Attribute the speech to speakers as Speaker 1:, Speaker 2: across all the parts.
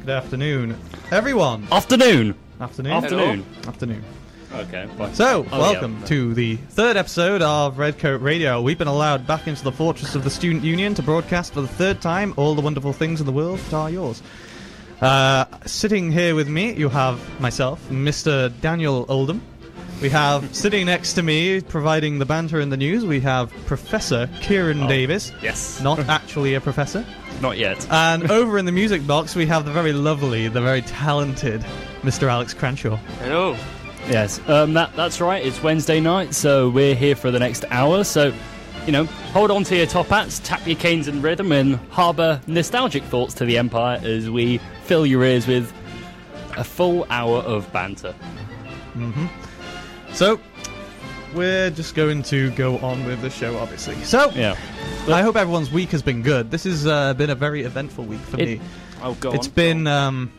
Speaker 1: Good afternoon, everyone.
Speaker 2: Afternoon.
Speaker 1: Afternoon.
Speaker 2: Afternoon.
Speaker 1: Afternoon.
Speaker 2: Okay. Bye.
Speaker 1: So,
Speaker 2: Oh,
Speaker 1: welcome
Speaker 2: yeah.
Speaker 1: to the third episode of Red Coat Radio. We've been allowed back into the fortress of the Student Union to broadcast for the third time all the wonderful things in the world that are yours. Uh, sitting here with me, you have myself, Mr. Daniel Oldham. We have sitting next to me, providing the banter and the news, we have Professor
Speaker 2: Oh,
Speaker 1: Kieran Davis.
Speaker 2: Yes.
Speaker 1: Not actually a professor.
Speaker 2: Not yet. Uh,
Speaker 1: And over in the music box, we have the very lovely, the very talented Mr. Alex Cranshaw.
Speaker 3: Hello.
Speaker 2: yes. Um, that that's right. It's Wednesday night, so we're here for the next hour. So, you know, hold on to your top hats, tap your canes in rhythm, and harbour nostalgic thoughts to the Empire as we fill your ears with a full hour of banter.
Speaker 1: So, we're just going to go on with the show, obviously. So,
Speaker 2: Yeah.
Speaker 1: I hope everyone's week has been good. This has uh, been a very eventful week for me.
Speaker 2: It- Oh God.
Speaker 1: It's been, um,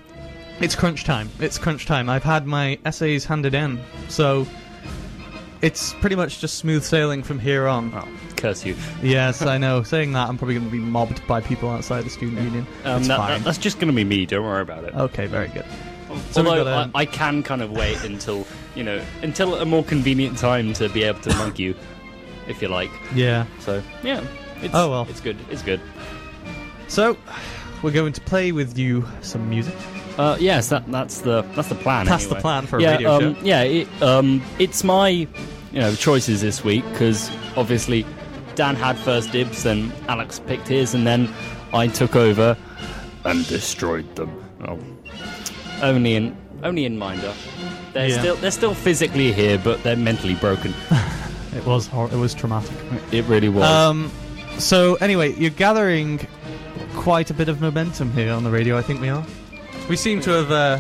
Speaker 1: it's crunch time. It's crunch time. I've had my essays handed in, so it's pretty much just smooth sailing from here on.
Speaker 2: Oh, curse you.
Speaker 1: Yes, I know. Saying that, I'm probably going to be mobbed by people outside the student union.
Speaker 2: Um,
Speaker 1: it's
Speaker 2: that,
Speaker 1: fine.
Speaker 2: that- that's just going to be me. Don't worry about it.
Speaker 1: okay, very good. so we've
Speaker 2: Although
Speaker 1: got, um,
Speaker 2: I, I can kind of wait until you know until a more convenient time to be able to mug you, if you like.
Speaker 1: Yeah.
Speaker 2: So yeah, it's,
Speaker 1: Oh, well.
Speaker 2: it's good. It's good.
Speaker 1: So, we're going to play with you some music.
Speaker 2: Uh, yes, that, that's the that's the plan.
Speaker 1: That's
Speaker 2: anyway.
Speaker 1: the plan for a
Speaker 2: yeah,
Speaker 1: radio
Speaker 2: um,
Speaker 1: show.
Speaker 2: Yeah, it, um, it's my you know choices this week because obviously Dan had first dibs, then Alex picked his, and then I took over and destroyed them. Oh. Only in only in Minder. They're
Speaker 1: Yeah.
Speaker 2: still they're still physically here, but they're mentally broken.
Speaker 1: It was hor- it was traumatic.
Speaker 2: It really was.
Speaker 1: Um, so anyway, you're gathering quite a bit of momentum here on the radio. I think we are. We seem to have uh,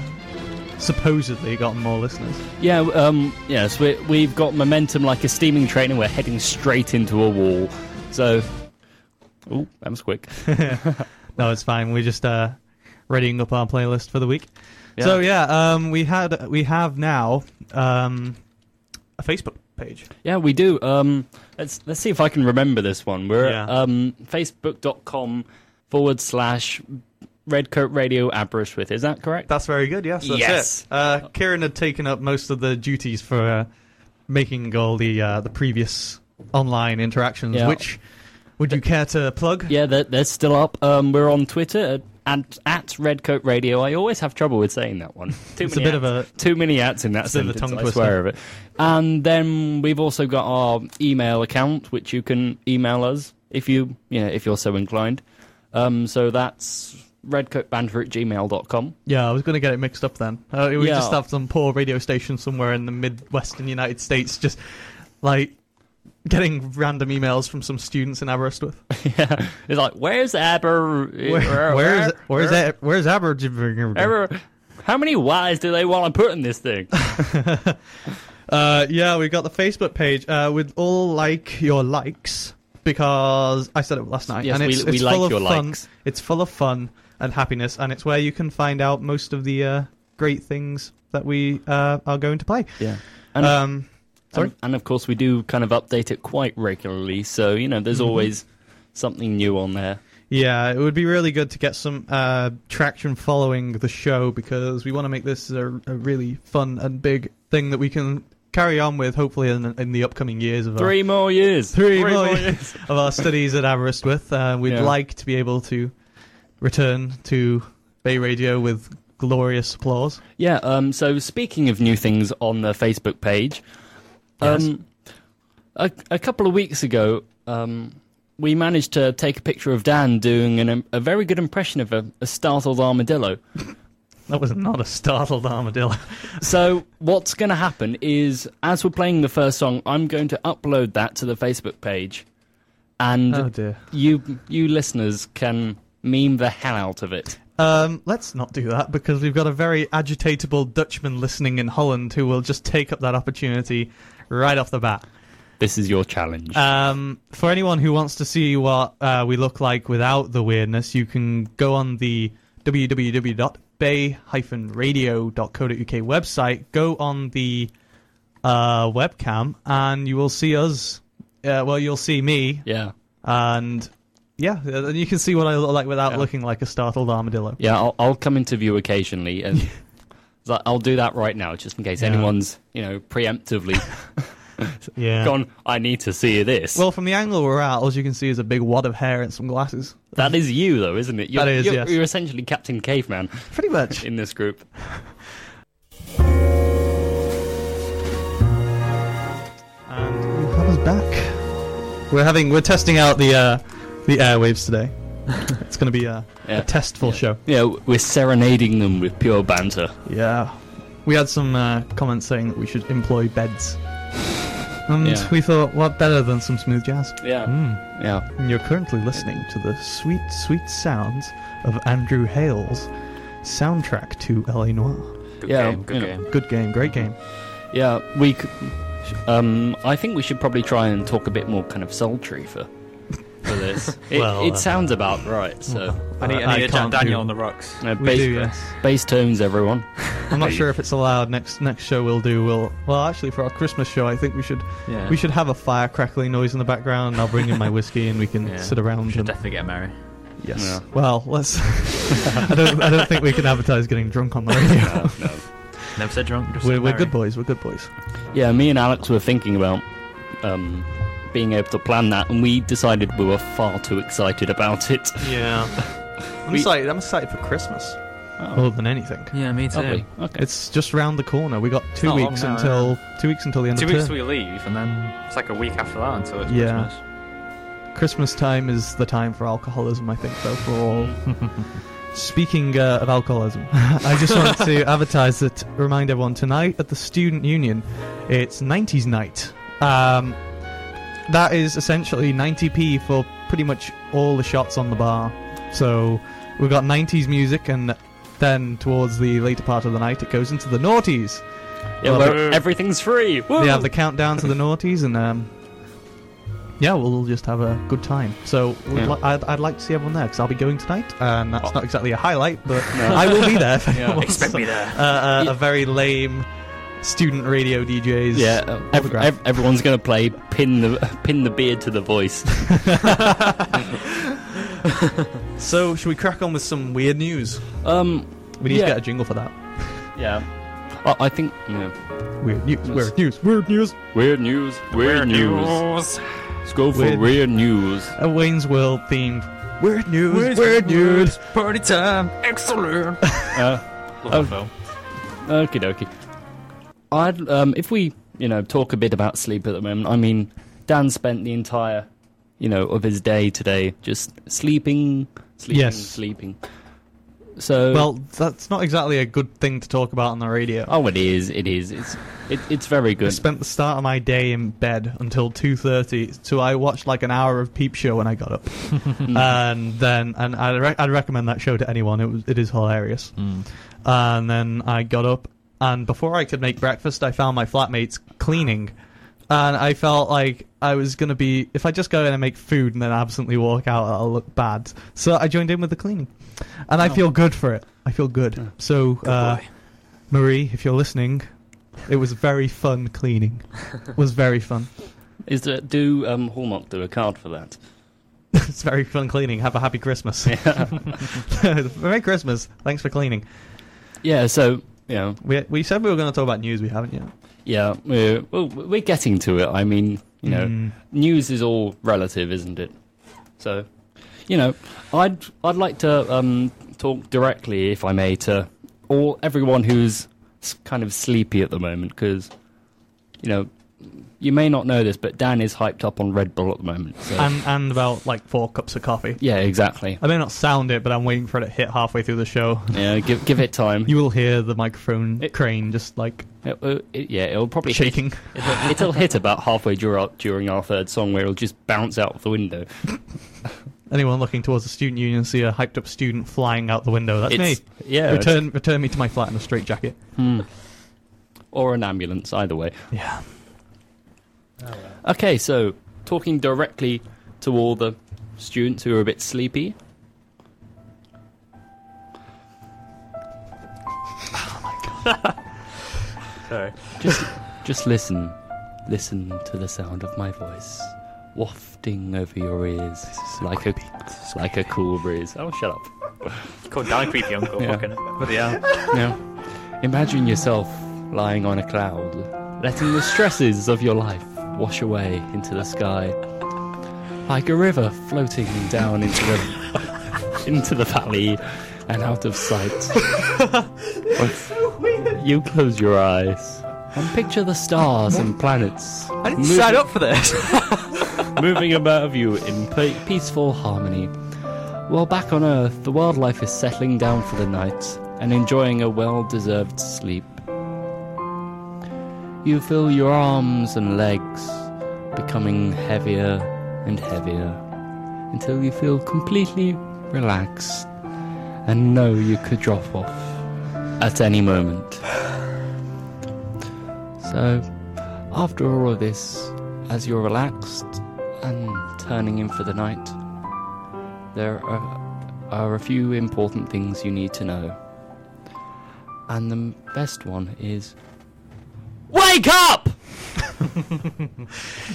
Speaker 1: supposedly gotten more listeners.
Speaker 2: yeah, um, yes, we, we've got momentum like a steaming train, and we're heading straight into a wall. So, ooh, that was quick.
Speaker 1: No, it's fine. We're just uh, readying up our playlist for the week.
Speaker 2: Yeah.
Speaker 1: So yeah, um, we had we have now um, a Facebook page.
Speaker 2: Yeah, we do. Um, let's let's see if I can remember this one. We're at
Speaker 1: Yeah.
Speaker 2: um, facebook.com forward slash redcoat radio aberystwyth. Is that correct?
Speaker 1: That's very good. Yes, that's
Speaker 2: Yes.
Speaker 1: it. Uh, Kieran had taken up most of the duties for uh, making all the uh, the previous online interactions.
Speaker 2: Yeah.
Speaker 1: Which would you care to plug?
Speaker 2: yeah, they're, they're still up. Um, we're on Twitter at, at at redcoat radio. I always have trouble with saying that one. Too
Speaker 1: It's a
Speaker 2: many
Speaker 1: bit of
Speaker 2: ats. too many ats in that
Speaker 1: It's a bit of a
Speaker 2: sentence.
Speaker 1: tongue
Speaker 2: I swear of it. And then we've also got our email account, which you can email us if you you know if you're so inclined. Um, so that's redcoatbanter at gmail.com.
Speaker 1: Yeah, I was going to get it mixed up then. Uh, we
Speaker 2: Yeah.
Speaker 1: just have some poor radio station somewhere in the midwestern United States, just like getting random emails from some students in Aberystwyth.
Speaker 2: Yeah, it's like where's Aber?
Speaker 1: Where, where is where's that? Where's Aberystwyth?
Speaker 2: Aber? How many Y's do they want to put in this thing?
Speaker 1: Uh, yeah, we got the Facebook page uh, with all like your likes because I said it last night.
Speaker 2: Yes,
Speaker 1: and
Speaker 2: we-
Speaker 1: it's,
Speaker 2: we
Speaker 1: it's
Speaker 2: like
Speaker 1: full
Speaker 2: your
Speaker 1: of fun.
Speaker 2: likes.
Speaker 1: It's full of fun and happiness, and it's where you can find out most of the uh, great things that we uh, are going to play.
Speaker 2: Yeah, and
Speaker 1: Um, sorry?
Speaker 2: and, and of course we do kind of update it quite regularly, so you know there's
Speaker 1: Mm-hmm.
Speaker 2: always something new on there.
Speaker 1: Yeah, it would be really good to get some uh, traction following the show because we want to make this a, a really fun and big thing that we can carry on with, hopefully, in, in the upcoming years of
Speaker 2: Three more years.
Speaker 1: our, three
Speaker 2: Three
Speaker 1: more
Speaker 2: more
Speaker 1: years of our studies at Aberystwyth. Uh, we'd
Speaker 2: Yeah.
Speaker 1: like to be able to return to Bay Radio with glorious applause.
Speaker 2: Yeah. Um. So speaking of new things on the Facebook page, um, a, a couple of weeks ago, um, we managed to take a picture of Dan doing an, um, a very good impression of a, a startled armadillo.
Speaker 1: That was not a startled armadillo.
Speaker 2: So what's going to happen is, as we're playing the first song, I'm going to upload that to the Facebook page, and
Speaker 1: oh dear.
Speaker 2: you you listeners can meme the hell out of it.
Speaker 1: Um, let's not do that because we've got a very agitatable Dutchman listening in Holland who will just take up that opportunity right off the bat.
Speaker 2: This is your challenge.
Speaker 1: Um, for anyone who wants to see what uh, we look like without the weirdness, you can go on the www.bay-radio.co.uk website, go on the uh, webcam, and you will see us. Uh, well, you'll see me,
Speaker 2: yeah.
Speaker 1: and Yeah, uh, and you can see what I look like without
Speaker 2: Yeah.
Speaker 1: looking like a startled armadillo.
Speaker 2: Yeah, I'll, I'll come into view occasionally, and so I'll do that right now, just in case
Speaker 1: Yeah.
Speaker 2: anyone's, you know, preemptively
Speaker 1: Yeah.
Speaker 2: gone. I need to see this.
Speaker 1: Well, from the angle we're at, all you can see is a big wad of hair and some glasses.
Speaker 2: that is you, though, isn't it? You're,
Speaker 1: That is,
Speaker 2: you're,
Speaker 1: yes.
Speaker 2: you're essentially Captain Caveman
Speaker 1: Pretty much.
Speaker 2: in this group.
Speaker 1: and you have us back. We're having we're testing out the uh, the airwaves today. it's going to be a,
Speaker 2: Yeah.
Speaker 1: a testful show.
Speaker 2: Yeah, we're serenading them with pure banter.
Speaker 1: Yeah. We had some uh, comments saying that we should employ beds. And
Speaker 2: Yeah.
Speaker 1: we thought, what better than some smooth jazz?
Speaker 2: Yeah,
Speaker 3: Hmm.
Speaker 1: Mm.
Speaker 2: yeah.
Speaker 1: And you're currently listening to the sweet, sweet sounds of Andrew Hale's soundtrack to LA Noir.
Speaker 3: Good
Speaker 2: Yeah,
Speaker 3: game, good
Speaker 2: you know.
Speaker 3: game.
Speaker 1: Good game, great game.
Speaker 2: Yeah, we. c- Um, I think we should probably try and talk a bit more kind of sultry for for this. it,
Speaker 1: Well,
Speaker 2: it
Speaker 1: uh,
Speaker 2: sounds about right. So uh,
Speaker 3: I need, I need a Jack
Speaker 1: can't do-
Speaker 3: Daniel on the rocks.
Speaker 2: you know,
Speaker 1: We
Speaker 2: bass,
Speaker 1: do, yes.
Speaker 2: bass tones, everyone.
Speaker 1: I'm not sure if it's allowed. Next next show we'll do we'll well actually for our Christmas show I think we should
Speaker 3: Yeah.
Speaker 1: we should have a fire crackling noise in the background. and I'll bring in my whiskey and we can
Speaker 3: Yeah.
Speaker 1: sit around.
Speaker 3: Should
Speaker 1: And,
Speaker 3: definitely get married.
Speaker 1: yes.
Speaker 2: Yeah.
Speaker 1: Well, let's. I don't I don't think we can advertise getting drunk on the radio.
Speaker 2: No, no.
Speaker 3: Never said drunk. Just
Speaker 1: we're
Speaker 3: said
Speaker 1: we're good
Speaker 3: marry.
Speaker 1: boys. We're good boys.
Speaker 2: Yeah, me and Alex were thinking about um, being able to plan that, and we decided we were far too excited about it.
Speaker 1: Yeah. I'm
Speaker 2: We-
Speaker 1: excited. I'm excited for Christmas
Speaker 2: Oh,
Speaker 1: more than anything.
Speaker 3: Yeah, me too.
Speaker 2: lovely. Okay.
Speaker 1: It's just round the corner. We got two
Speaker 3: not long
Speaker 1: weeks
Speaker 3: now,
Speaker 1: until two weeks until the end
Speaker 3: Two
Speaker 1: of
Speaker 3: weeks
Speaker 1: term.
Speaker 3: we leave, and then it's like a week after that until it's
Speaker 1: Yeah.
Speaker 3: Christmas.
Speaker 1: Christmas time is the time for alcoholism, I think, though, for all. Speaking uh, of alcoholism, I just want to advertise that, remind everyone, tonight at the Student Union, it's 90s night. Um, that is essentially 90p for pretty much all the shots on the bar. So we've got 90s music, and then towards the later part of the night, it goes into the noughties.
Speaker 2: yeah,
Speaker 1: well,
Speaker 2: where everything's free. Woo!
Speaker 1: They have the countdown to the noughties, and um, yeah, we'll just have a good time. So we'd
Speaker 2: Yeah.
Speaker 1: li- I'd, I'd like to see everyone there because I'll be going tonight, and that's
Speaker 2: Oh.
Speaker 1: not exactly a highlight, but
Speaker 2: No.
Speaker 1: I will be there. if
Speaker 2: Yeah.
Speaker 1: anyone wants
Speaker 3: Expect me there.
Speaker 1: Uh, uh,
Speaker 2: Yeah.
Speaker 1: a very lame student radio DJs.
Speaker 2: yeah, uh, ev-
Speaker 1: autograph.
Speaker 2: ev- everyone's going to play pin the pin the beard to the voice.
Speaker 1: So should we crack on with some weird news?
Speaker 2: Um,
Speaker 1: We need
Speaker 2: Yeah.
Speaker 1: to get a jingle for that.
Speaker 2: yeah, I, I think yeah.
Speaker 1: Weird news.
Speaker 2: Yes.
Speaker 1: Weird news. Weird news.
Speaker 2: weird news, weird, news. Let's go for
Speaker 1: Weird-
Speaker 2: weird, news.
Speaker 1: A Wayne's World themed. Weird news. Weird, news.
Speaker 3: Party time. Excellent.
Speaker 2: Uh,
Speaker 3: Love that film.
Speaker 2: Okie dokie. I'd um, if we you know talk a bit about sleep at the moment. I mean, Dan spent the entire you know of his day today just sleeping, sleeping,
Speaker 1: Yes.
Speaker 2: sleeping. So
Speaker 1: Well, that's not exactly a good thing to talk about on the radio.
Speaker 2: oh, it is, it is, it's it, it's very
Speaker 1: I
Speaker 2: good.
Speaker 1: spent the start of my day in bed until two thirty, so I watched like an hour of Peep Show when I got up, and then and I'd, re- I'd recommend that show to anyone. It was it is hilarious.
Speaker 3: Mm.
Speaker 1: And then I got up, and before I could make breakfast, I found my flatmates cleaning, and I felt like I was gonna be if I just go in and make food and then absently walk out, I'll look bad. So I joined in with the cleaning, and I
Speaker 2: Oh.
Speaker 1: feel good for it. I feel good.
Speaker 2: Yeah.
Speaker 1: So. uh,
Speaker 3: boy.
Speaker 1: Marie, if you're listening, it was very fun cleaning. It was very fun.
Speaker 2: Is there, do um, Hallmark do a card for that?
Speaker 1: it's very fun cleaning. Have a happy Christmas. Merry Christmas. Thanks for cleaning.
Speaker 2: Yeah. So you know,
Speaker 1: We, we said we were going to talk about news. We haven't yet.
Speaker 2: yeah, we're well, we're getting to it. I mean, you know.
Speaker 1: Mm.
Speaker 2: news is all relative, isn't it? So, you know, I'd I'd like to um, talk directly, if I may, to all everyone who's s- kind of sleepy at the moment, because you know, you may not know this, but Dan is hyped up on Red Bull at the moment. So.
Speaker 1: and and about like four cups of coffee.
Speaker 2: yeah, exactly.
Speaker 1: I may not sound it, but I'm waiting for it to hit halfway through the show.
Speaker 2: Yeah, give give it time.
Speaker 1: You will hear the microphone
Speaker 2: It-
Speaker 1: crane just like
Speaker 2: It- uh, it- yeah, it'll probably hit-
Speaker 1: shaking.
Speaker 2: it'll, it'll hit about halfway dur- during our third song, where it'll just bounce out of the window.
Speaker 1: Anyone looking towards the student union see a hyped up student flying out the window. That's
Speaker 2: It's-
Speaker 1: me.
Speaker 2: Yeah, it's-
Speaker 1: Return return me to my flat in a straitjacket.
Speaker 2: Hmm. Or an ambulance, either way.
Speaker 1: Yeah.
Speaker 2: Okay, so talking directly to all the students who are a bit sleepy.
Speaker 3: Sorry.
Speaker 2: Just, just listen, listen to the sound of my voice. wafting over your ears like a like a cool breeze. Oh, shut up.
Speaker 3: Called down creepy uncle.
Speaker 2: Yeah.
Speaker 3: Fucking. But yeah.
Speaker 2: Now, imagine yourself lying on a cloud, letting the stresses of your life wash away into the sky, like a river floating down into the into the valley and out of sight. You close your eyes and picture the stars and planets
Speaker 3: I didn't sign up for this.
Speaker 2: moving above you in pe- peaceful harmony. While back on Earth, the wildlife is settling down for the night and enjoying a well deserved sleep. You feel your arms and legs becoming heavier and heavier until you feel completely relaxed and know you could drop off at any moment. So, after all of this, as you're relaxed and turning in for the night, there are, are a few important things you need to know. And the best one is Wake up!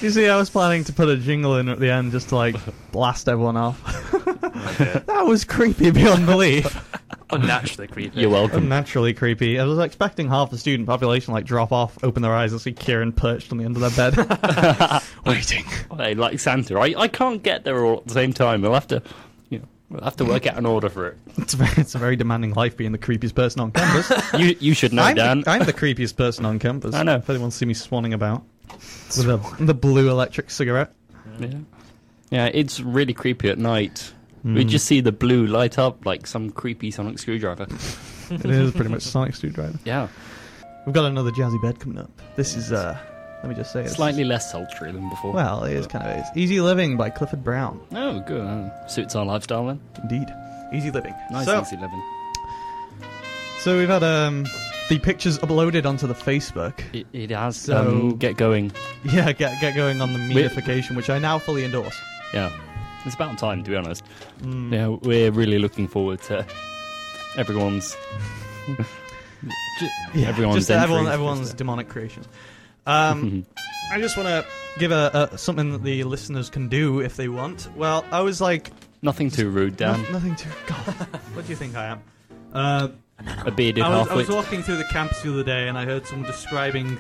Speaker 1: You see, I was planning to put a jingle in at the end just to like blast everyone off. that was creepy beyond belief.
Speaker 3: Unnaturally creepy.
Speaker 2: You're welcome.
Speaker 1: Unnaturally creepy. I was expecting half the student population like drop off, open their eyes, and see Kieran perched on the end of their bed, waiting.
Speaker 2: Hey, like Santa, I, I can't get there all at the same time. We'll have to, you know, we'll have to work out an order for it.
Speaker 1: It's a very, it's a very demanding life being the creepiest person on campus.
Speaker 2: You you should know,
Speaker 1: I'm,
Speaker 2: Dan.
Speaker 1: The, I'm the creepiest person on campus.
Speaker 2: I know.
Speaker 1: If anyone see me swanning about with a, the blue electric cigarette.
Speaker 2: Yeah. Yeah, it's really creepy at night.
Speaker 1: Hmm.
Speaker 2: We just see the blue light up like some creepy sonic screwdriver.
Speaker 1: It is pretty much Sonic Screwdriver.
Speaker 2: Yeah.
Speaker 1: We've got another jazzy bed coming up. This is, uh, let me just say, it's
Speaker 2: Slightly less sultry than before.
Speaker 1: Well, it is kind of is. Easy Living by Clifford Brown.
Speaker 2: Oh, good. Uh, Suits our lifestyle then.
Speaker 1: Indeed. Easy Living.
Speaker 2: Nice
Speaker 1: so,
Speaker 2: easy living.
Speaker 1: so we've had um, the pictures uploaded onto the Facebook.
Speaker 2: It, it has.
Speaker 1: So-
Speaker 2: um, get going.
Speaker 1: Yeah, get, get going on the meification, which I now fully endorse. Mm.
Speaker 2: Yeah, it's about time to be honest. Mm. Yeah, we're really looking forward to everyone's. Ju-
Speaker 1: Yeah,
Speaker 2: everyone's
Speaker 1: just everyone,
Speaker 2: entries.
Speaker 1: everyone's demonic creations. Um, I just want to give a, a something that the listeners can do if they want. Well, I was like,
Speaker 2: nothing too rude, Dan.
Speaker 1: no- nothing to. God, what do you think I am? Uh,
Speaker 2: A bearded
Speaker 1: I was, I was
Speaker 2: halfwit.
Speaker 1: walking through the campus the other day and I heard someone describing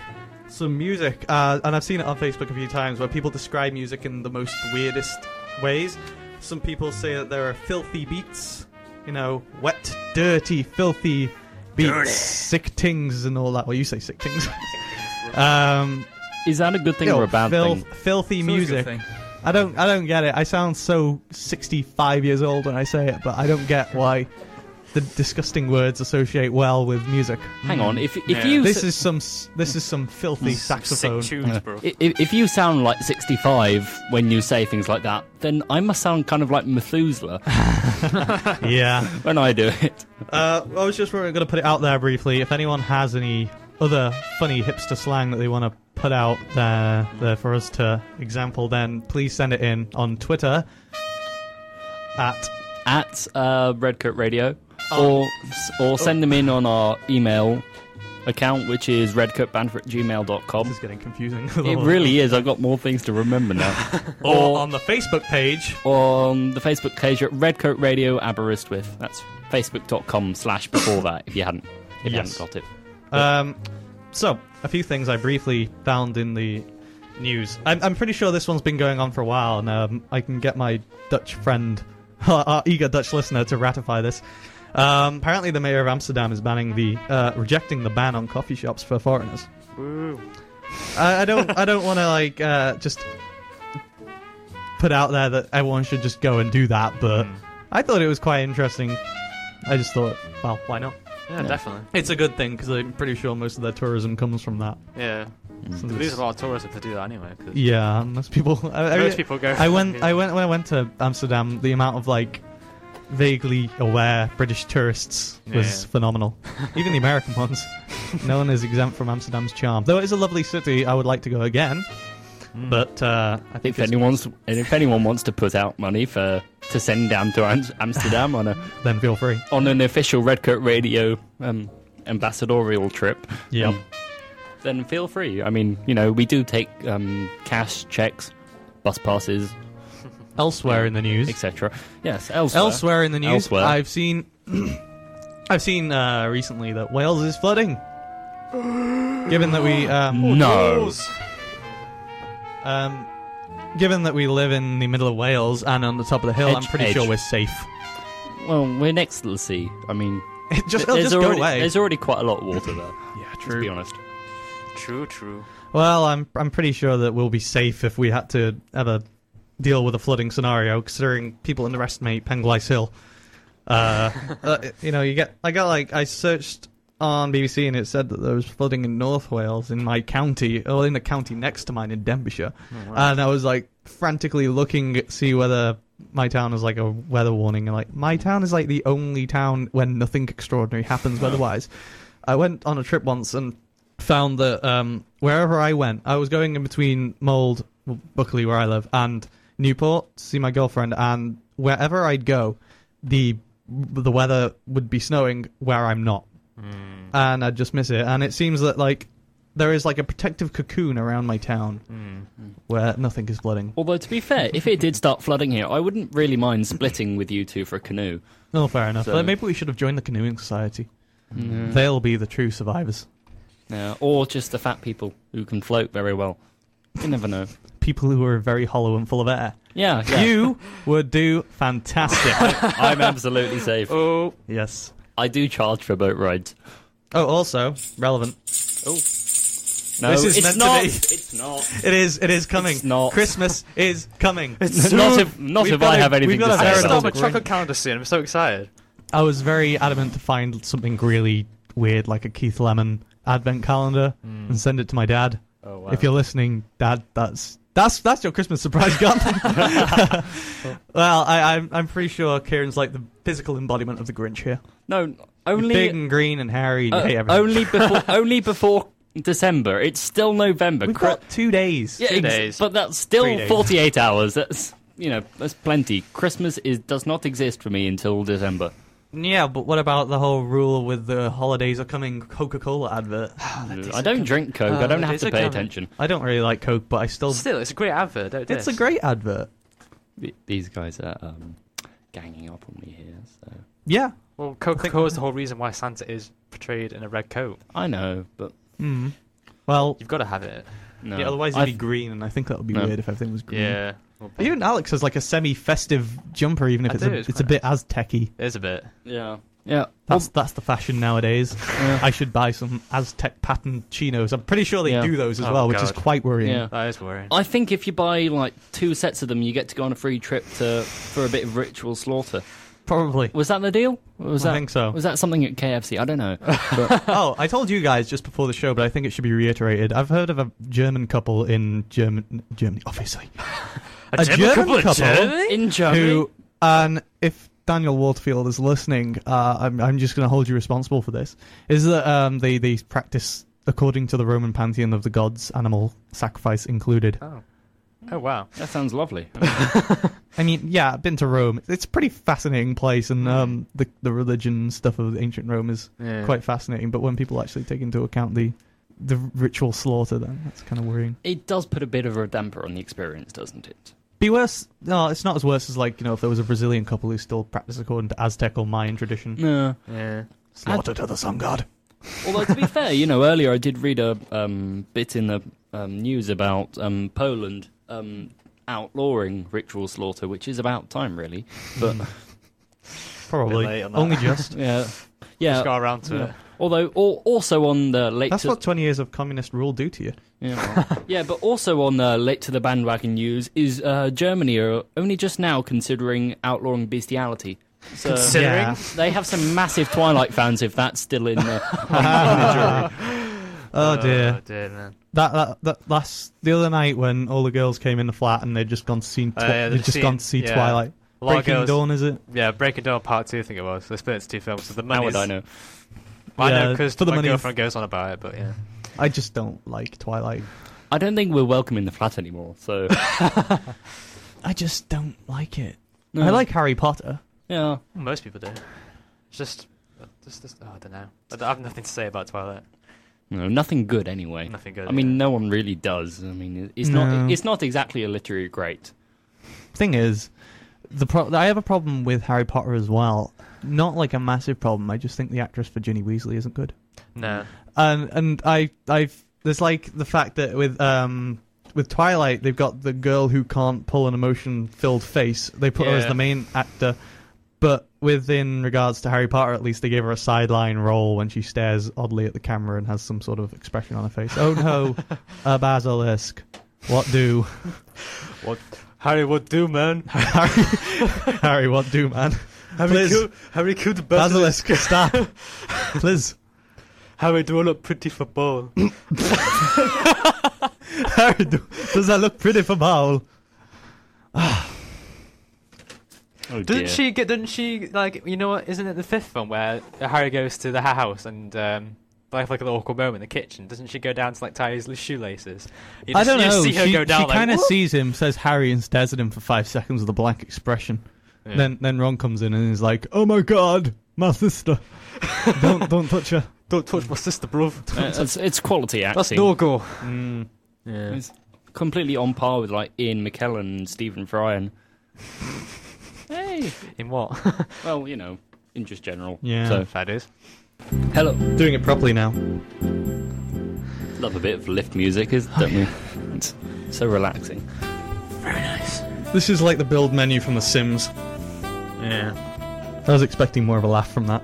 Speaker 1: some music, uh, and I've seen it on Facebook a few times where people describe music in the most weirdest ways. Some people say that there are filthy beats, you know, wet, dirty, filthy beats,
Speaker 3: Dirty.
Speaker 1: sick tings, and all that. Well, you say sick tings. um,
Speaker 2: Is that a good thing
Speaker 1: you know,
Speaker 2: or a bad
Speaker 1: filth-
Speaker 2: thing?
Speaker 1: Filthy music. I don't. I don't get it. I sound so sixty-five years old when I say it, but I don't get why the disgusting words associate well with music.
Speaker 2: Hang on, if if
Speaker 3: Yeah.
Speaker 2: you
Speaker 1: This
Speaker 2: s-
Speaker 1: is some. s- This is some filthy saxophone.
Speaker 3: Sick tunes,
Speaker 2: uh,
Speaker 3: bro.
Speaker 2: i- if, if you sound like 65 when you say things like that, then I must sound kind of like Methuselah
Speaker 1: yeah.
Speaker 2: when I do it.
Speaker 1: Uh, I was just going to put it out there briefly. If anyone has any other funny hipster slang that they want to put out there, there for us to example, then please send it in on Twitter at
Speaker 2: at uh, Redcoat Radio,
Speaker 1: Oh.
Speaker 2: or or send them in on our email account, which is redcoatband at
Speaker 1: this is
Speaker 2: gmail.com.
Speaker 1: getting confusing.
Speaker 2: It really is. I've got more things to remember now.
Speaker 1: or
Speaker 2: or
Speaker 1: on the Facebook page.
Speaker 2: on the Facebook page at Redcoat Radio Aberystwyth. That's facebook.com slash before that, if you hadn't, if you
Speaker 1: Yes.
Speaker 2: hadn't got it.
Speaker 1: Um, so, a few things I briefly found in the news. I'm, I'm pretty sure this one's been going on for a while, and um, I can get my Dutch friend, our, our eager Dutch listener, to ratify this. Um, apparently, the mayor of Amsterdam is banning the uh, rejecting the ban on coffee shops for foreigners. I, I don't. I don't want to like uh, just put out there that everyone should just go and do that, but
Speaker 3: Mm.
Speaker 1: I thought it was quite interesting. I just thought, well, why not?
Speaker 3: Yeah, definitely.
Speaker 1: It's a good thing because I'm pretty sure most of their tourism comes from that.
Speaker 3: Yeah.
Speaker 1: So
Speaker 2: Mm.
Speaker 3: They
Speaker 1: it's-
Speaker 3: lose a lot of tourists if they do that anyway. 'cause
Speaker 1: Yeah, most people. I, I,
Speaker 3: Most people go.
Speaker 1: I went. I went when I went to Amsterdam. The amount of like vaguely aware British tourists was
Speaker 3: Yeah.
Speaker 1: phenomenal. Even the American ones. No one is exempt from Amsterdam's charm. Though it is a lovely city, I would like to go again.
Speaker 3: Mm.
Speaker 1: But uh, I think
Speaker 2: If
Speaker 1: it's-
Speaker 2: anyone's and if anyone wants to put out money for to send down to Am- Amsterdam on a
Speaker 1: then feel free.
Speaker 2: on an official Redcoat Radio um, ambassadorial trip,
Speaker 1: Yeah.
Speaker 2: um, then feel free. I mean, you know, we do take um, cash checks bus passes,
Speaker 1: Elsewhere in the news.
Speaker 2: etc. Yes, elsewhere.
Speaker 1: Elsewhere in the news,
Speaker 2: Elsewhere.
Speaker 1: I've seen, I've seen uh, recently that Wales is flooding. given that we, um,
Speaker 2: No.
Speaker 1: um, given that we live in the middle of Wales and on the top of the hill,
Speaker 2: Edge-
Speaker 1: I'm pretty
Speaker 2: edge.
Speaker 1: sure we're safe.
Speaker 2: Well, we're next to the sea. I mean,
Speaker 1: It just, it'll
Speaker 2: there's
Speaker 1: just
Speaker 2: already
Speaker 1: go away.
Speaker 2: there's already quite a lot of water there.
Speaker 1: yeah,
Speaker 2: To be honest.
Speaker 3: True, true.
Speaker 1: Well, I'm I'm pretty sure that we'll be safe if we had to ever deal with a flooding scenario, considering people underestimate Penglice Hill. Uh, uh, you know, you get I got like I searched on BBC and it said that there was flooding in North Wales in my county, or in the county next to mine in Denbighshire, and I was like frantically looking to see whether my town is like a weather warning, and like my town is like the only town when nothing extraordinary happens weather-wise. I went on a trip once and found that um, wherever I went, I was going in between Mould, Buckley, where I live, and Newport to see my girlfriend, and wherever I'd go, the the weather would be snowing where I'm not,
Speaker 3: Mm.
Speaker 1: and I'd just miss it. And it seems that like there is like a protective cocoon around my town where nothing is flooding.
Speaker 2: Although to be fair, if it did start flooding here, I wouldn't really mind splitting with you two for a canoe.
Speaker 1: No, Oh, fair enough.
Speaker 2: So- Mm.
Speaker 1: But maybe we should have joined the canoeing society. They'll be the true survivors.
Speaker 2: Yeah, Uh, or just the fat people who can float very well. You never know.
Speaker 1: People who are very hollow and full of air.
Speaker 2: Yeah, yeah.
Speaker 1: You would do fantastic.
Speaker 2: I'm absolutely safe.
Speaker 3: Oh,
Speaker 1: yes.
Speaker 2: I do charge for boat rides.
Speaker 1: Oh, also relevant.
Speaker 2: No,
Speaker 1: This is
Speaker 2: it's
Speaker 1: meant to
Speaker 2: not.
Speaker 1: be.
Speaker 2: It's not.
Speaker 1: It is. It is coming.
Speaker 2: It's not.
Speaker 1: Christmas is coming.
Speaker 2: Not if, not
Speaker 1: We've
Speaker 2: if
Speaker 1: got
Speaker 2: I
Speaker 1: a-
Speaker 2: have
Speaker 1: we've
Speaker 2: anything
Speaker 1: got
Speaker 2: to
Speaker 1: a
Speaker 2: say
Speaker 1: very
Speaker 2: about
Speaker 3: I start my
Speaker 1: nostalgic ring.
Speaker 3: chocolate calendar soon. I'm so excited.
Speaker 1: I was very adamant to find something really weird, like a Keith Lemon advent calendar,
Speaker 2: Hmm.
Speaker 1: and send it to my dad.
Speaker 3: Oh
Speaker 1: If you're listening, Dad, that's that's that's your Christmas surprise gun. well, I, I'm I'm pretty sure Kieran's like the physical embodiment of the Grinch here.
Speaker 2: No,
Speaker 1: You're
Speaker 2: only
Speaker 1: big and green and hairy. And you
Speaker 2: uh,
Speaker 1: hate everything.
Speaker 2: only before only before December. It's still November.
Speaker 1: We've
Speaker 2: Cri-
Speaker 1: got two days.
Speaker 2: yeah,
Speaker 3: two days.
Speaker 2: but that's
Speaker 1: Three
Speaker 2: still
Speaker 1: days.
Speaker 2: 48 hours. That's you know that's plenty. Christmas is does not exist for me until December.
Speaker 1: Yeah, but what about the whole rule with the holidays are coming Coca-Cola advert?
Speaker 3: Ah,
Speaker 2: I don't drink Coke. I
Speaker 3: Oh,
Speaker 2: don't
Speaker 3: that
Speaker 2: have
Speaker 3: is
Speaker 2: to
Speaker 3: a
Speaker 2: pay
Speaker 3: comment.
Speaker 2: attention.
Speaker 1: I don't really like Coke, but I still.
Speaker 3: Still, it's a great advert. Don't
Speaker 1: it's a
Speaker 3: diss.
Speaker 1: great advert.
Speaker 2: These guys are um, ganging up on me here. So
Speaker 1: Yeah.
Speaker 3: Well, Coca Cola is the whole reason why Santa is portrayed in a red coat.
Speaker 2: I know, but
Speaker 1: Mm. Well,
Speaker 3: You've got to have it.
Speaker 2: no.
Speaker 1: yeah, otherwise it'd
Speaker 2: I
Speaker 1: be green, and I think that would be
Speaker 2: No.
Speaker 1: weird if everything was green.
Speaker 3: Yeah. Well,
Speaker 1: Even Alex has like a semi-festive jumper, even if
Speaker 3: I
Speaker 1: it's
Speaker 3: do,
Speaker 1: a,
Speaker 3: it's
Speaker 1: it's, a
Speaker 3: quite
Speaker 1: bit Aztec-y.
Speaker 3: It is a bit.
Speaker 2: Yeah. Yeah.
Speaker 1: That's that's the fashion nowadays.
Speaker 2: Yeah.
Speaker 1: I should buy some Aztec pattern chinos. I'm pretty sure they
Speaker 2: Yeah.
Speaker 1: do those as
Speaker 3: Oh,
Speaker 1: well, which is
Speaker 3: God.
Speaker 1: quite worrying.
Speaker 2: Yeah.
Speaker 3: That is worrying.
Speaker 2: I think if you buy like two sets of them, you get to go on a free trip to for a bit of ritual slaughter.
Speaker 1: Probably.
Speaker 2: Was that the deal? Or was
Speaker 1: I
Speaker 2: that,
Speaker 1: think so.
Speaker 2: Was that something at KFC? I don't know.
Speaker 1: oh, I told you guys just before the show, but I think it should be reiterated. I've heard of a German couple in German Germany, obviously. A German
Speaker 3: couple of
Speaker 1: couple?
Speaker 3: Germany?
Speaker 2: In Germany,
Speaker 1: who and if Daniel Waterfield is listening, uh, I'm I'm just going to hold you responsible for this. Is that um, they they practice according to the Roman pantheon of the gods, animal sacrifice included.
Speaker 3: Oh. Oh wow.
Speaker 2: that sounds lovely.
Speaker 1: I mean, yeah, I've been to Rome. It's a pretty fascinating place, and um, the the religion stuff of ancient Rome is
Speaker 3: Yeah.
Speaker 1: quite fascinating. But when people actually take into account the the ritual slaughter, then that's kind of worrying.
Speaker 2: It does put a bit of a damper on the experience, doesn't it?
Speaker 1: Be worse? No, it's not as worse as like you know if there was a Brazilian couple who still practiced according to Aztec or Mayan tradition,
Speaker 2: No.
Speaker 3: Yeah.
Speaker 1: slaughter to the sun god.
Speaker 2: Although to be fair, you know, earlier I did read a um, bit in the um, news about um, Poland um, outlawing ritual slaughter, which is about time, really. But
Speaker 1: Probably
Speaker 3: Bit late on that.
Speaker 1: only just.
Speaker 2: yeah,
Speaker 3: Just
Speaker 2: yeah.
Speaker 3: got around to it.
Speaker 2: Yeah. Although, al- also on the late
Speaker 1: That's
Speaker 2: to-
Speaker 1: what 20 years of communist rule do to you.
Speaker 2: Yeah, well. yeah, but also on uh, late to the bandwagon news is uh, Germany are only just now considering outlawing bestiality. So
Speaker 3: Considering?
Speaker 1: Yeah.
Speaker 2: they have some massive Twilight fans if that's still in there.
Speaker 1: Oh
Speaker 3: Oh
Speaker 1: dear.
Speaker 3: dear, man.
Speaker 1: That, that that last the other night when all the girls came in the flat and they'd just gone to see twi-
Speaker 3: Oh, yeah,
Speaker 1: they'd
Speaker 3: they'd
Speaker 1: just
Speaker 3: seen-
Speaker 1: gone to see
Speaker 3: yeah.
Speaker 1: Twilight.
Speaker 3: A lot of
Speaker 1: Breaking
Speaker 3: girls-
Speaker 1: Dawn is it?
Speaker 3: Yeah, Breaking Down Part Two, I think it was. They split into two films. So the money.
Speaker 2: How would I know?
Speaker 3: I know
Speaker 1: Yeah,
Speaker 3: because
Speaker 1: for the
Speaker 3: my
Speaker 1: money is-
Speaker 3: girlfriend goes on about it, but yeah.
Speaker 1: I just don't like Twilight.
Speaker 2: I don't think we're welcome in the flat anymore. So
Speaker 1: I just don't like it.
Speaker 2: No.
Speaker 1: I like Harry Potter.
Speaker 2: yeah,
Speaker 3: uh, Most people do. It's just, just, just oh, I don't know. I, I have nothing to say about Twilight.
Speaker 2: You know, nothing good anyway.
Speaker 3: Nothing good,
Speaker 2: I mean,
Speaker 3: yeah.
Speaker 2: no one really does. I mean, it's
Speaker 1: No.
Speaker 2: not. It's not exactly a literary great.
Speaker 1: thing is, the pro- I have a problem with Harry Potter as well. Not like a massive problem. I just think the actress for Ginny Weasley isn't good.
Speaker 3: No.
Speaker 1: And and I I've there's like the fact that with um with Twilight they've got the girl who can't pull an emotion filled face. They put her as
Speaker 3: Yeah.
Speaker 1: the main actor. But within regards to Harry Potter, at least they gave her a sideline role when she stares oddly at the camera and has some sort of expression on her face. Oh no, a basilisk. What do?
Speaker 3: What Harry would do, man?
Speaker 1: Harry, Harry, what do, man?
Speaker 3: Harry
Speaker 1: Please.
Speaker 3: killed, Harry killed Basil.
Speaker 1: Basilisk, stop. Please.
Speaker 3: Harry do look pretty for ball.
Speaker 1: Harry, do- does that look pretty for Paul?
Speaker 2: Oh
Speaker 3: Didn't
Speaker 2: dear.
Speaker 3: she get? Didn't she like? You know what? Isn't it the fifth one where Harry goes to the ha- house and um, they have like an awkward moment in the kitchen? Doesn't she go down to like tie his shoelaces? You
Speaker 1: I
Speaker 3: just-
Speaker 1: don't
Speaker 3: you just
Speaker 1: know.
Speaker 3: see her
Speaker 1: she
Speaker 3: go down, like,
Speaker 1: kind of
Speaker 3: "Whoop."
Speaker 1: sees him, says Harry, and stares at him for five seconds with a blank expression.
Speaker 3: Yeah.
Speaker 1: Then then Ron comes in and is like, "Oh my god, my sister! don't don't touch her."
Speaker 3: don't touch my sister, bruv.
Speaker 2: Uh, it's, it's quality acting.
Speaker 3: That's no go.
Speaker 2: Yeah.
Speaker 3: Yeah.
Speaker 2: It's completely on par with like Ian McKellen and Stephen Fry and hey,
Speaker 3: In what?
Speaker 2: well, you know, in just general.
Speaker 1: Yeah.
Speaker 2: So
Speaker 3: that is.
Speaker 2: hello,
Speaker 1: Doing it properly now.
Speaker 2: love a bit of lift music, is don't we? It's so relaxing.
Speaker 1: This is like the build menu from The Sims.
Speaker 3: Yeah.
Speaker 1: I was expecting more of a laugh from that.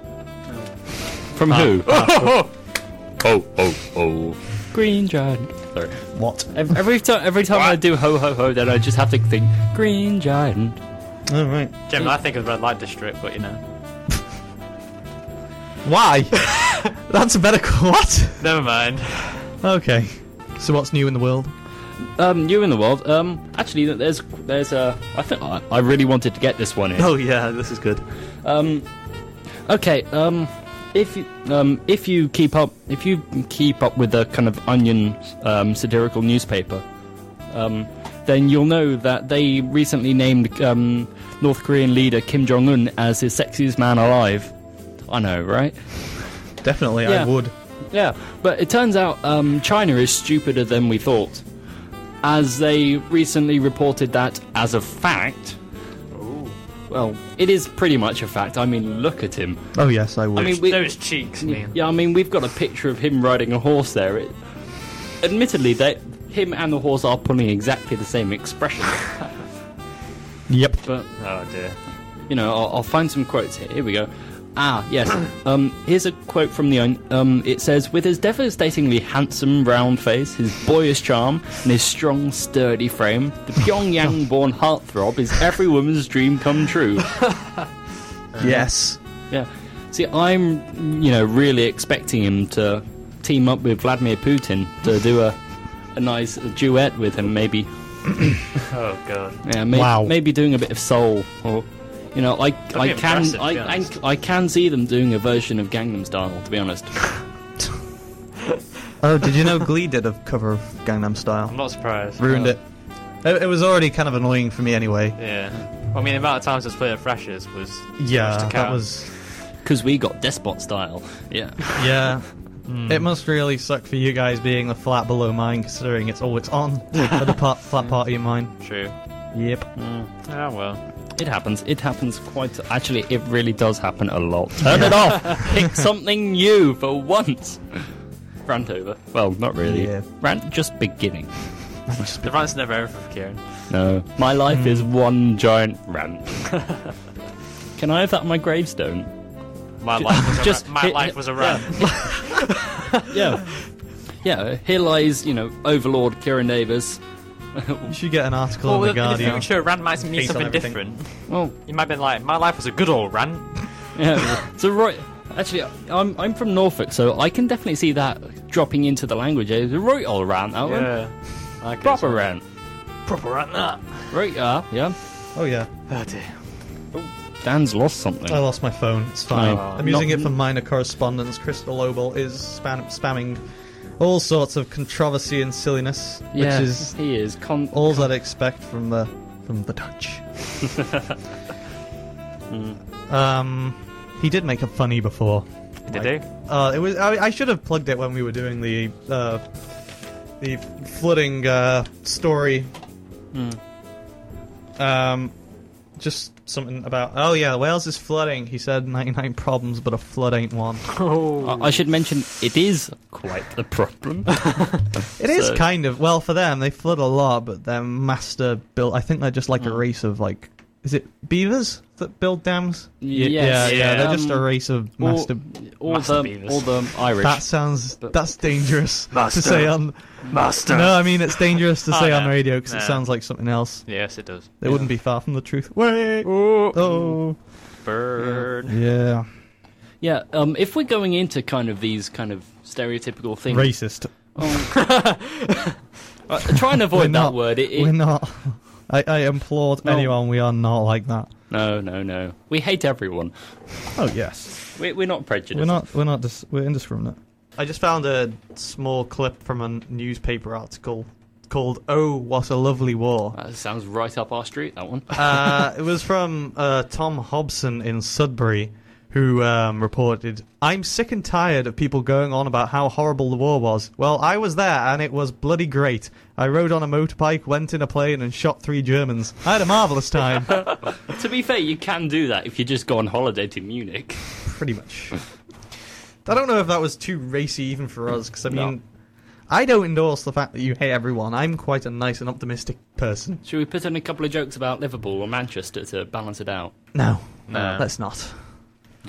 Speaker 2: From who? oh oh oh. Green giant. Sorry.
Speaker 1: What?
Speaker 2: Ev- Every time, every time I do ho ho ho, then I just have to think green giant.
Speaker 1: All right.
Speaker 3: Jim, I think of Red Light District, but you know.
Speaker 1: Why? That's a better what?
Speaker 3: Never mind.
Speaker 1: Okay. So what's new in the world?
Speaker 2: Um, you in the world. Um, actually, there's there's uh, I think I, I really wanted to get this one in.
Speaker 3: Oh,
Speaker 1: yeah, this is good.
Speaker 2: Um, okay. Um, if you, um, if you keep up, if you keep up with the kind of onion um, satirical newspaper, um, then you'll know that they recently named um, North Korean leader Kim Jong Un as the sexiest man alive. I know, right?
Speaker 1: Definitely, I
Speaker 2: Yeah.
Speaker 1: would.
Speaker 2: Yeah, but it turns out um, China is stupider than we thought, as they recently reported that as a fact. Well, it is pretty much a fact. I mean, look at him.
Speaker 1: Oh yes, I would.
Speaker 2: I mean, we,
Speaker 3: Those cheeks, man.
Speaker 2: yeah, I mean, we've got a picture of him riding a horse there. It, admittedly, they, him and the horse are pulling exactly the same expression.
Speaker 1: yep.
Speaker 2: but,
Speaker 3: Oh dear.
Speaker 2: you know, I'll, I'll find some quotes here. Here we go. Ah, yes. um, here's a quote from the. Onion. Um, it says, "With his devastatingly handsome round face, his boyish charm, and his strong, sturdy frame, the Pyongyang-born heartthrob is every woman's dream come true."
Speaker 3: uh,
Speaker 1: yes.
Speaker 2: Yeah. See, I'm, you know, really expecting him to team up with Vladimir Putin to do a, a nice duet with him, maybe.
Speaker 3: Oh god.
Speaker 2: Yeah, maybe,
Speaker 1: Wow.
Speaker 2: maybe doing a bit of soul, or you know, I, I
Speaker 3: be
Speaker 2: can
Speaker 3: impressive, to
Speaker 2: I,
Speaker 3: be
Speaker 2: I,
Speaker 3: honest.
Speaker 2: I can see them doing a version of Gangnam Style. To be honest,
Speaker 1: Oh, did you know Glee did a cover of Gangnam Style?
Speaker 3: I'm not surprised.
Speaker 1: Ruined
Speaker 2: Oh.
Speaker 1: it. Uh, it. It was already kind of annoying for me anyway.
Speaker 3: Yeah. I mean, the amount of times it's played at Freshers was. was
Speaker 1: Yeah,
Speaker 3: to
Speaker 1: that
Speaker 3: count.
Speaker 1: was.
Speaker 2: because we got Despot Style. Yeah,
Speaker 1: Yeah. It must really suck for you guys being the flat below mine, considering it's all it's on at the part, flat part of your mine.
Speaker 3: true.
Speaker 1: Yep.
Speaker 3: Oh well.
Speaker 2: it happens. It happens quite. Actually, it really does happen a lot. Turn it off. Pick something new for once. Rant over. Well, not really.
Speaker 1: Yeah.
Speaker 2: Rant just beginning.
Speaker 3: The rant's never over for Kieran.
Speaker 2: No, my life is
Speaker 1: Hmm.
Speaker 2: one giant rant. Can I have that on my gravestone?
Speaker 3: My life was a
Speaker 2: Just
Speaker 3: just my
Speaker 2: hit-
Speaker 3: life was a rant.
Speaker 2: Yeah. Yeah, here lies, you know, Overlord Kieran Davis.
Speaker 1: You should get an article in
Speaker 3: Well,
Speaker 1: the
Speaker 3: in the
Speaker 1: Guardian.
Speaker 3: future, rant might mean
Speaker 1: Based on
Speaker 3: something
Speaker 1: everything.
Speaker 3: different.
Speaker 2: Well,
Speaker 3: You might be like, my life was a good old rant.
Speaker 2: yeah. so Roy, actually, I'm I'm from Norfolk, so I can definitely see that dropping into the language. It's a right old rant, that one.
Speaker 3: I guess.
Speaker 2: Proper rant.
Speaker 3: proper rant. That.
Speaker 2: Right, yeah, yeah.
Speaker 1: Oh yeah,
Speaker 3: Oh dear.
Speaker 2: Dan's lost something.
Speaker 1: I lost my phone. It's fine.
Speaker 2: No.
Speaker 1: I'm using
Speaker 2: Not-
Speaker 1: it for minor correspondence. Crystal Obel is spam- spamming all sorts of controversy and silliness,
Speaker 2: yeah,
Speaker 1: which is
Speaker 2: he is. Con-
Speaker 1: all that I expect from the from the Dutch. um, he did make a funny before.
Speaker 3: Did
Speaker 1: Like,
Speaker 3: they?
Speaker 1: Uh, it was. I, I should have plugged it when we were doing the uh, the flooding uh, story. Um, just something about. Oh yeah, Wales is flooding. He said 99 problems, but a flood ain't one.
Speaker 3: Oh,
Speaker 2: I I should mention it is quite a problem.
Speaker 1: It is
Speaker 2: So-
Speaker 1: kind of well for them. They flood a lot, but they're master built. I think they're just
Speaker 2: Hmm.
Speaker 1: like a race of like. Is it beavers that build dams?
Speaker 2: Yes.
Speaker 1: Yeah, yeah. They're just a
Speaker 2: Um,
Speaker 1: race of master.
Speaker 2: all, all
Speaker 3: Master
Speaker 2: the
Speaker 3: Beavers.
Speaker 2: all the Irish.
Speaker 1: that sounds
Speaker 2: but-
Speaker 1: that's dangerous
Speaker 3: Master.
Speaker 1: to say on
Speaker 3: master.
Speaker 1: No, I mean it's dangerous to
Speaker 3: Oh,
Speaker 1: say
Speaker 3: no.
Speaker 1: on radio because it
Speaker 3: No.
Speaker 1: sounds like something else.
Speaker 3: Yes, it does.
Speaker 1: It wouldn't be far from the truth. Wait.
Speaker 3: Oh,
Speaker 1: Oh.
Speaker 3: burn.
Speaker 1: Yeah.
Speaker 2: Yeah, um, if we're going into kind of these kind of stereotypical things,
Speaker 1: Racist.
Speaker 2: uh, try and
Speaker 1: We're
Speaker 2: avoid that
Speaker 1: not.
Speaker 2: word. It, it-
Speaker 1: We're not. I, I implored
Speaker 2: No.
Speaker 1: anyone. We are not like that.
Speaker 2: No, no, no. We hate everyone.
Speaker 1: Oh yes.
Speaker 2: We, we're not prejudiced.
Speaker 1: We're not. We're not. Dis- we're indiscriminate. I just found a small clip from a newspaper article called "Oh, What a Lovely War."
Speaker 2: That sounds right up our street. That one.
Speaker 1: uh, it was from uh, Tom Hobson in Sudbury, who um, reported, "I'm sick and tired of people going on about how horrible the war was. Well, I was there, and it was bloody great. I rode on a motorbike, went in a plane, and shot three Germans. I had a marvelous time.
Speaker 2: to be fair, you can do that if you just go on holiday to Munich.
Speaker 1: Pretty much. I don't know if that was too racy even for us, because I
Speaker 2: No.
Speaker 1: mean." I don't endorse the fact that you hate everyone. I'm quite a nice and optimistic person.
Speaker 2: Should we put in a couple of jokes about Liverpool or Manchester to balance it out?
Speaker 1: No,
Speaker 3: No.
Speaker 1: let's not.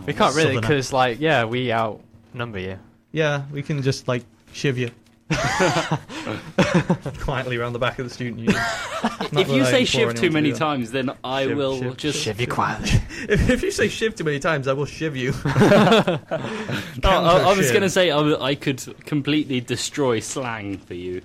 Speaker 3: We can't really
Speaker 1: Southerner.
Speaker 3: because, like, yeah, we outnumber you.
Speaker 1: Yeah, we can just like shiv you quietly around the back of the student union. Not
Speaker 2: if you
Speaker 1: that I
Speaker 2: say
Speaker 1: implore
Speaker 2: shiv
Speaker 1: anyone
Speaker 2: too
Speaker 1: to
Speaker 2: many
Speaker 1: do that.
Speaker 2: times, then I
Speaker 1: Shiv,
Speaker 2: will
Speaker 1: shiv,
Speaker 2: just.
Speaker 3: Shiv you quietly.
Speaker 1: if, if you say shiv too many times, I will shiv you.
Speaker 2: No, Oh, I, I was
Speaker 1: Counter-shiv.
Speaker 2: going to say I, w- I could completely destroy slang for you.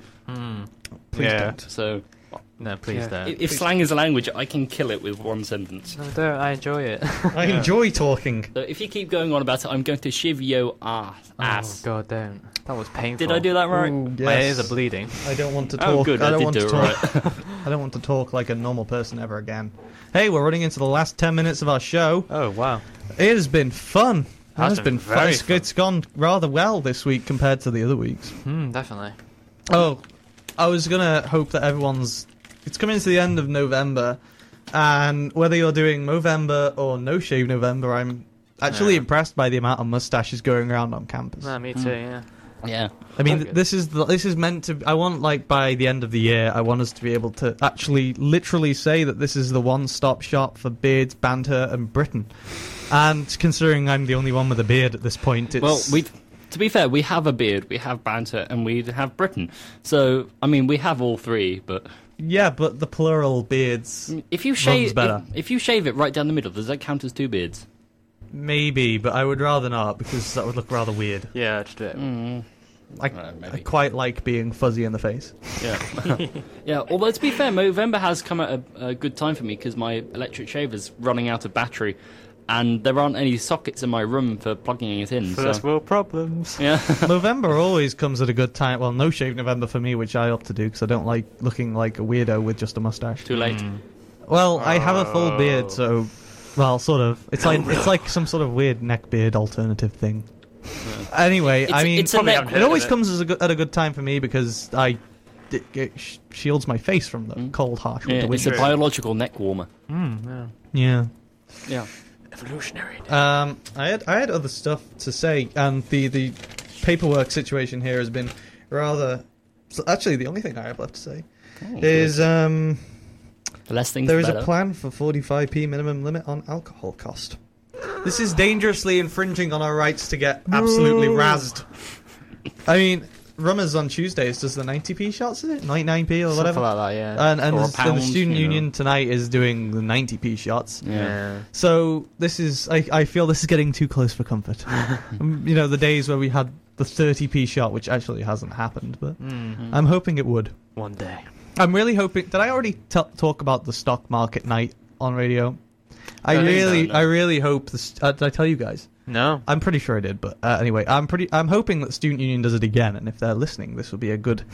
Speaker 1: Please
Speaker 3: Yeah.
Speaker 1: don't.
Speaker 2: So
Speaker 3: Hmm. No, please
Speaker 1: Yeah.
Speaker 3: don't.
Speaker 2: if, if slang is a language, I can kill it with one sentence.
Speaker 3: no, don't. I enjoy it.
Speaker 1: I enjoy talking.
Speaker 2: So if you keep going on about it, I'm going to shiv your ass.
Speaker 3: Oh
Speaker 2: ass.
Speaker 3: god, don't. That was painful.
Speaker 2: Did I do that right?
Speaker 3: My ears are bleeding.
Speaker 1: I don't want to talk.
Speaker 2: Oh, good,
Speaker 1: I
Speaker 2: I,
Speaker 1: don't want
Speaker 2: did do
Speaker 1: to
Speaker 2: it
Speaker 1: talk.
Speaker 2: right.
Speaker 1: I don't want to talk like a normal person ever again. Hey, we're running into the last ten minutes of our show.
Speaker 3: Oh wow.
Speaker 1: It has been fun. It
Speaker 3: Has
Speaker 1: has
Speaker 3: been
Speaker 1: been fun.
Speaker 3: very
Speaker 1: It's-
Speaker 3: fun.
Speaker 1: It's gone rather well this week compared to the other weeks.
Speaker 3: Hmm, definitely.
Speaker 1: Oh, I was gonna hope that everyone's. It's coming to the end of November, and whether you're doing Movember or No Shave November, I'm actually
Speaker 3: Yeah.
Speaker 1: impressed by the amount of mustaches going around on campus.
Speaker 3: No, me too. Yeah.
Speaker 2: Yeah.
Speaker 1: I mean,
Speaker 3: that's good.
Speaker 1: this is the, this is meant to. I want like by the end of the year, I want us to be able to actually literally say that this is the one-stop shop for beards, banter, and Britain. And considering I'm the only one with a beard at this point, it's
Speaker 2: Well, we. To be fair, we have a beard, we have banter, and we have Britain. So, I mean, we have all three. But
Speaker 1: yeah, but the plural beards.
Speaker 2: if you shave,
Speaker 1: better.
Speaker 2: If, if you shave it right down the middle, does that count as two beards?
Speaker 1: Maybe, but I would rather not because that would look rather weird.
Speaker 3: Yeah, just do it.
Speaker 1: Hmm, I,
Speaker 2: Uh, maybe.
Speaker 1: I quite like being fuzzy in the face.
Speaker 2: Yeah. yeah. Although to be fair, Movember has come at a, a good time for me because my electric shaver's running out of battery, and there aren't any sockets in my room for plugging it in.
Speaker 3: First
Speaker 2: So.
Speaker 3: world problems.
Speaker 2: Yeah.
Speaker 1: November always comes at a good time. Well, no shave November for me, which I opt to do because I don't like looking like a weirdo with just a mustache.
Speaker 2: Too late.
Speaker 1: Well, I have a full beard, so
Speaker 3: Oh.
Speaker 1: well, sort of. It's like it's like some sort of weird neck beard alternative thing. Anyway,
Speaker 2: It's,
Speaker 1: I mean,
Speaker 2: it's a
Speaker 3: probably
Speaker 2: neck-
Speaker 3: haven't
Speaker 1: it
Speaker 3: heard
Speaker 1: always
Speaker 3: of it.
Speaker 1: comes as a good, at a good time for me because I it, it sh- shields my face from the cold, harsh
Speaker 2: Mm. yeah,
Speaker 1: winter
Speaker 2: it's a
Speaker 1: winds.
Speaker 2: biological neck warmer.
Speaker 3: hmm,
Speaker 1: Yeah.
Speaker 2: Yeah.
Speaker 3: Evolutionary.
Speaker 1: Um, I had I had other stuff to say, and the the paperwork situation here has been rather. so actually, the only thing I have left to say
Speaker 2: Oh,
Speaker 1: is um,
Speaker 2: The less things,
Speaker 1: there is
Speaker 2: better.
Speaker 1: a plan for 45p minimum limit on alcohol cost. This is dangerously infringing on our rights to get absolutely razzed. I mean, rummers on Tuesdays does the 90p shots, is it? 99p or
Speaker 3: Something
Speaker 1: whatever. Uh,
Speaker 3: like that. Yeah.
Speaker 1: And, and,
Speaker 2: Or a
Speaker 1: the, and
Speaker 2: pound,
Speaker 1: the student
Speaker 2: you know.
Speaker 1: union tonight is doing the 90p shots.
Speaker 2: Yeah.
Speaker 3: yeah.
Speaker 1: So this is, I, I feel this is getting too close for comfort. Um, you know, the days where we had the 30p shot, which actually hasn't happened, but
Speaker 2: Mm.
Speaker 3: Hmm.
Speaker 1: I'm hoping it would.
Speaker 3: One day.
Speaker 1: I'm really hoping. Did I already t- talk about the stock market night on radio? I
Speaker 3: I think so,
Speaker 1: really,
Speaker 2: no.
Speaker 1: I really hope this. Uh, did I tell you guys?
Speaker 3: No.
Speaker 1: I'm pretty sure I did, but uh, anyway, I'm pretty. I'm hoping that student union does it again, and if they're listening, this will be a good,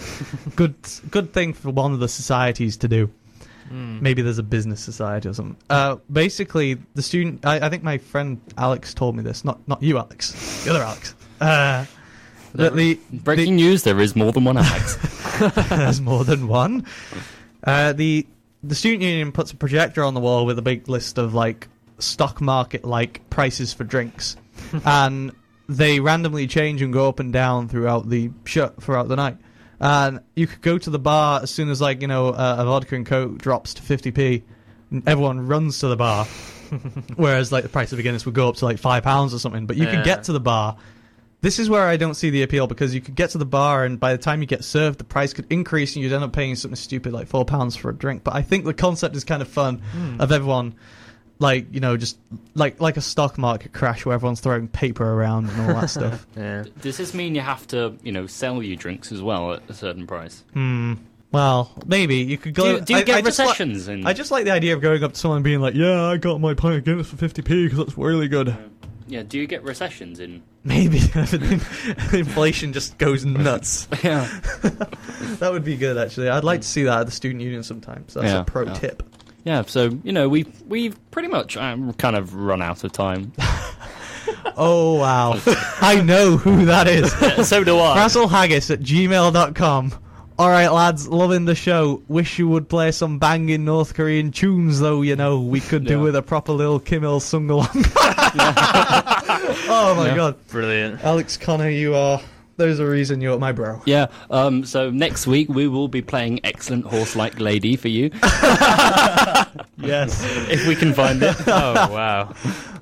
Speaker 1: good, good thing for one of the societies to do.
Speaker 2: Mm.
Speaker 3: Hmm.
Speaker 1: Maybe there's a business society or something. Uh, basically, the student. I, I think my friend Alex told me this. Not not you, Alex. The other Alex. Uh, that the, the-
Speaker 2: Breaking news: There is more than one Alex.
Speaker 1: There's more than one. Uh, the the student union puts a projector on the wall with a big list of like stock market like prices for drinks, and they randomly change and go up and down throughout the show, throughout the night. And you could go to the bar as soon as like you know uh, a vodka and coke drops to 50p, and everyone runs to the bar. Whereas like the price of a Guinness would go up to like five pounds or something, but you could
Speaker 3: Yeah.
Speaker 1: get to the bar this is where I don't see the appeal because you could get to the bar and by the time you get served, the price could increase and you'd end up paying something stupid like four pounds for a drink. But I think the concept is kind of fun
Speaker 2: Hmm.
Speaker 1: of everyone, like you know, just like like a stock market crash where everyone's throwing paper around and all that stuff.
Speaker 4: Yeah.
Speaker 2: Does this mean you have to, you know, sell your drinks as well at a certain price?
Speaker 1: Hmm. Well, maybe you could go.
Speaker 2: do you, do you
Speaker 1: I-
Speaker 2: get
Speaker 1: I just like-
Speaker 2: recessions? in,
Speaker 1: I just like the idea of going up to someone and being like, "Yeah, I got my pint of Guinness for fifty p because that's really good."
Speaker 2: yeah. Do you get recessions in?
Speaker 1: Maybe inflation just goes nuts.
Speaker 2: Yeah.
Speaker 1: That would be good, actually. I'd like to see that at the student union sometimes. That's
Speaker 2: Yeah,
Speaker 1: a pro
Speaker 2: yeah.
Speaker 1: tip.
Speaker 2: Yeah, so you know we we've pretty much um, kind of run out of time.
Speaker 1: Oh, wow. I know who that is.
Speaker 2: so do I.
Speaker 1: Haggis at gmail.com. All right, lads, loving the show. Wish you would play some banging North Korean tunes, though, you know. We could do
Speaker 2: Yeah.
Speaker 1: with a proper little Kim Il sung along. oh, my
Speaker 2: Yeah.
Speaker 1: God.
Speaker 4: Brilliant.
Speaker 1: Alex Connor, you are. There's a reason you're my bro.
Speaker 2: Yeah. Um, so next week we will be playing "Excellent Horse Like Lady" for you
Speaker 1: Yes.
Speaker 2: if we can find it.
Speaker 3: oh wow.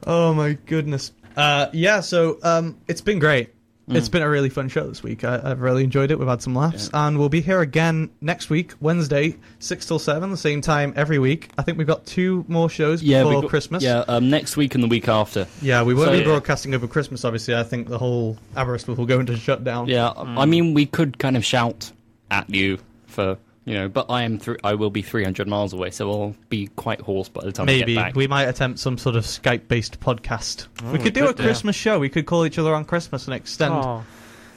Speaker 1: Oh my goodness. Uh, yeah, so um, it's been great.
Speaker 2: Hmm.
Speaker 1: It's been a really fun show this week. I, I've really enjoyed it. We've had some laughs, and we'll be here again next week, Wednesday, six till seven, the same time every week. I think we've got two more shows
Speaker 2: Yeah, we
Speaker 1: before
Speaker 2: got-
Speaker 1: Christmas.
Speaker 2: Yeah, um, next week and the week after.
Speaker 1: Yeah, we won't
Speaker 2: So-
Speaker 1: be broadcasting over Christmas. Obviously, I think the whole Aberystwyth will go into shutdown.
Speaker 2: Yeah,
Speaker 1: Mm.
Speaker 2: I mean we could kind of shout at you for you know, but I am thr I will be three hundred miles away, so I'll be quite hoarse by the time I get
Speaker 1: Maybe
Speaker 2: back.
Speaker 1: we might attempt some sort of Skype-based podcast. we could do
Speaker 3: could
Speaker 1: a
Speaker 3: do.
Speaker 1: Christmas show. We could call each other on Christmas and extend
Speaker 3: Oh,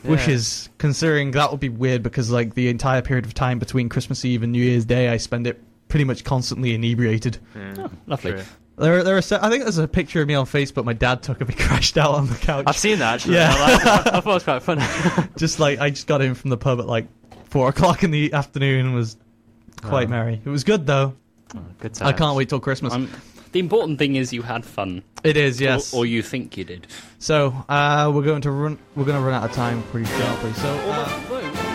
Speaker 3: yeah.
Speaker 1: Which is, considering that would be weird because, like, the entire period of time between Christmas Eve and New Year's Day, I spend it pretty much constantly inebriated.
Speaker 4: Yeah.
Speaker 2: Lovely.
Speaker 4: True.
Speaker 1: There, there are. se- I think there's a picture of me on Facebook. My dad took of me crashed out on the
Speaker 3: I've
Speaker 1: couch.
Speaker 3: seen that actually.
Speaker 1: Yeah.
Speaker 3: I, like that. I thought it was quite funny.
Speaker 1: just like I just got in from the pub at like four o'clock in the afternoon and was quite
Speaker 4: Oh.
Speaker 1: merry. It was good though.
Speaker 3: Good
Speaker 1: I can't wait till Christmas.
Speaker 2: Um, the important thing is you had fun,
Speaker 1: it
Speaker 2: Oh,
Speaker 1: is yes.
Speaker 2: or, or you think you did.
Speaker 1: so uh, we're going to run. We're going to run out of time pretty sharply. So. Uh,
Speaker 2: Although-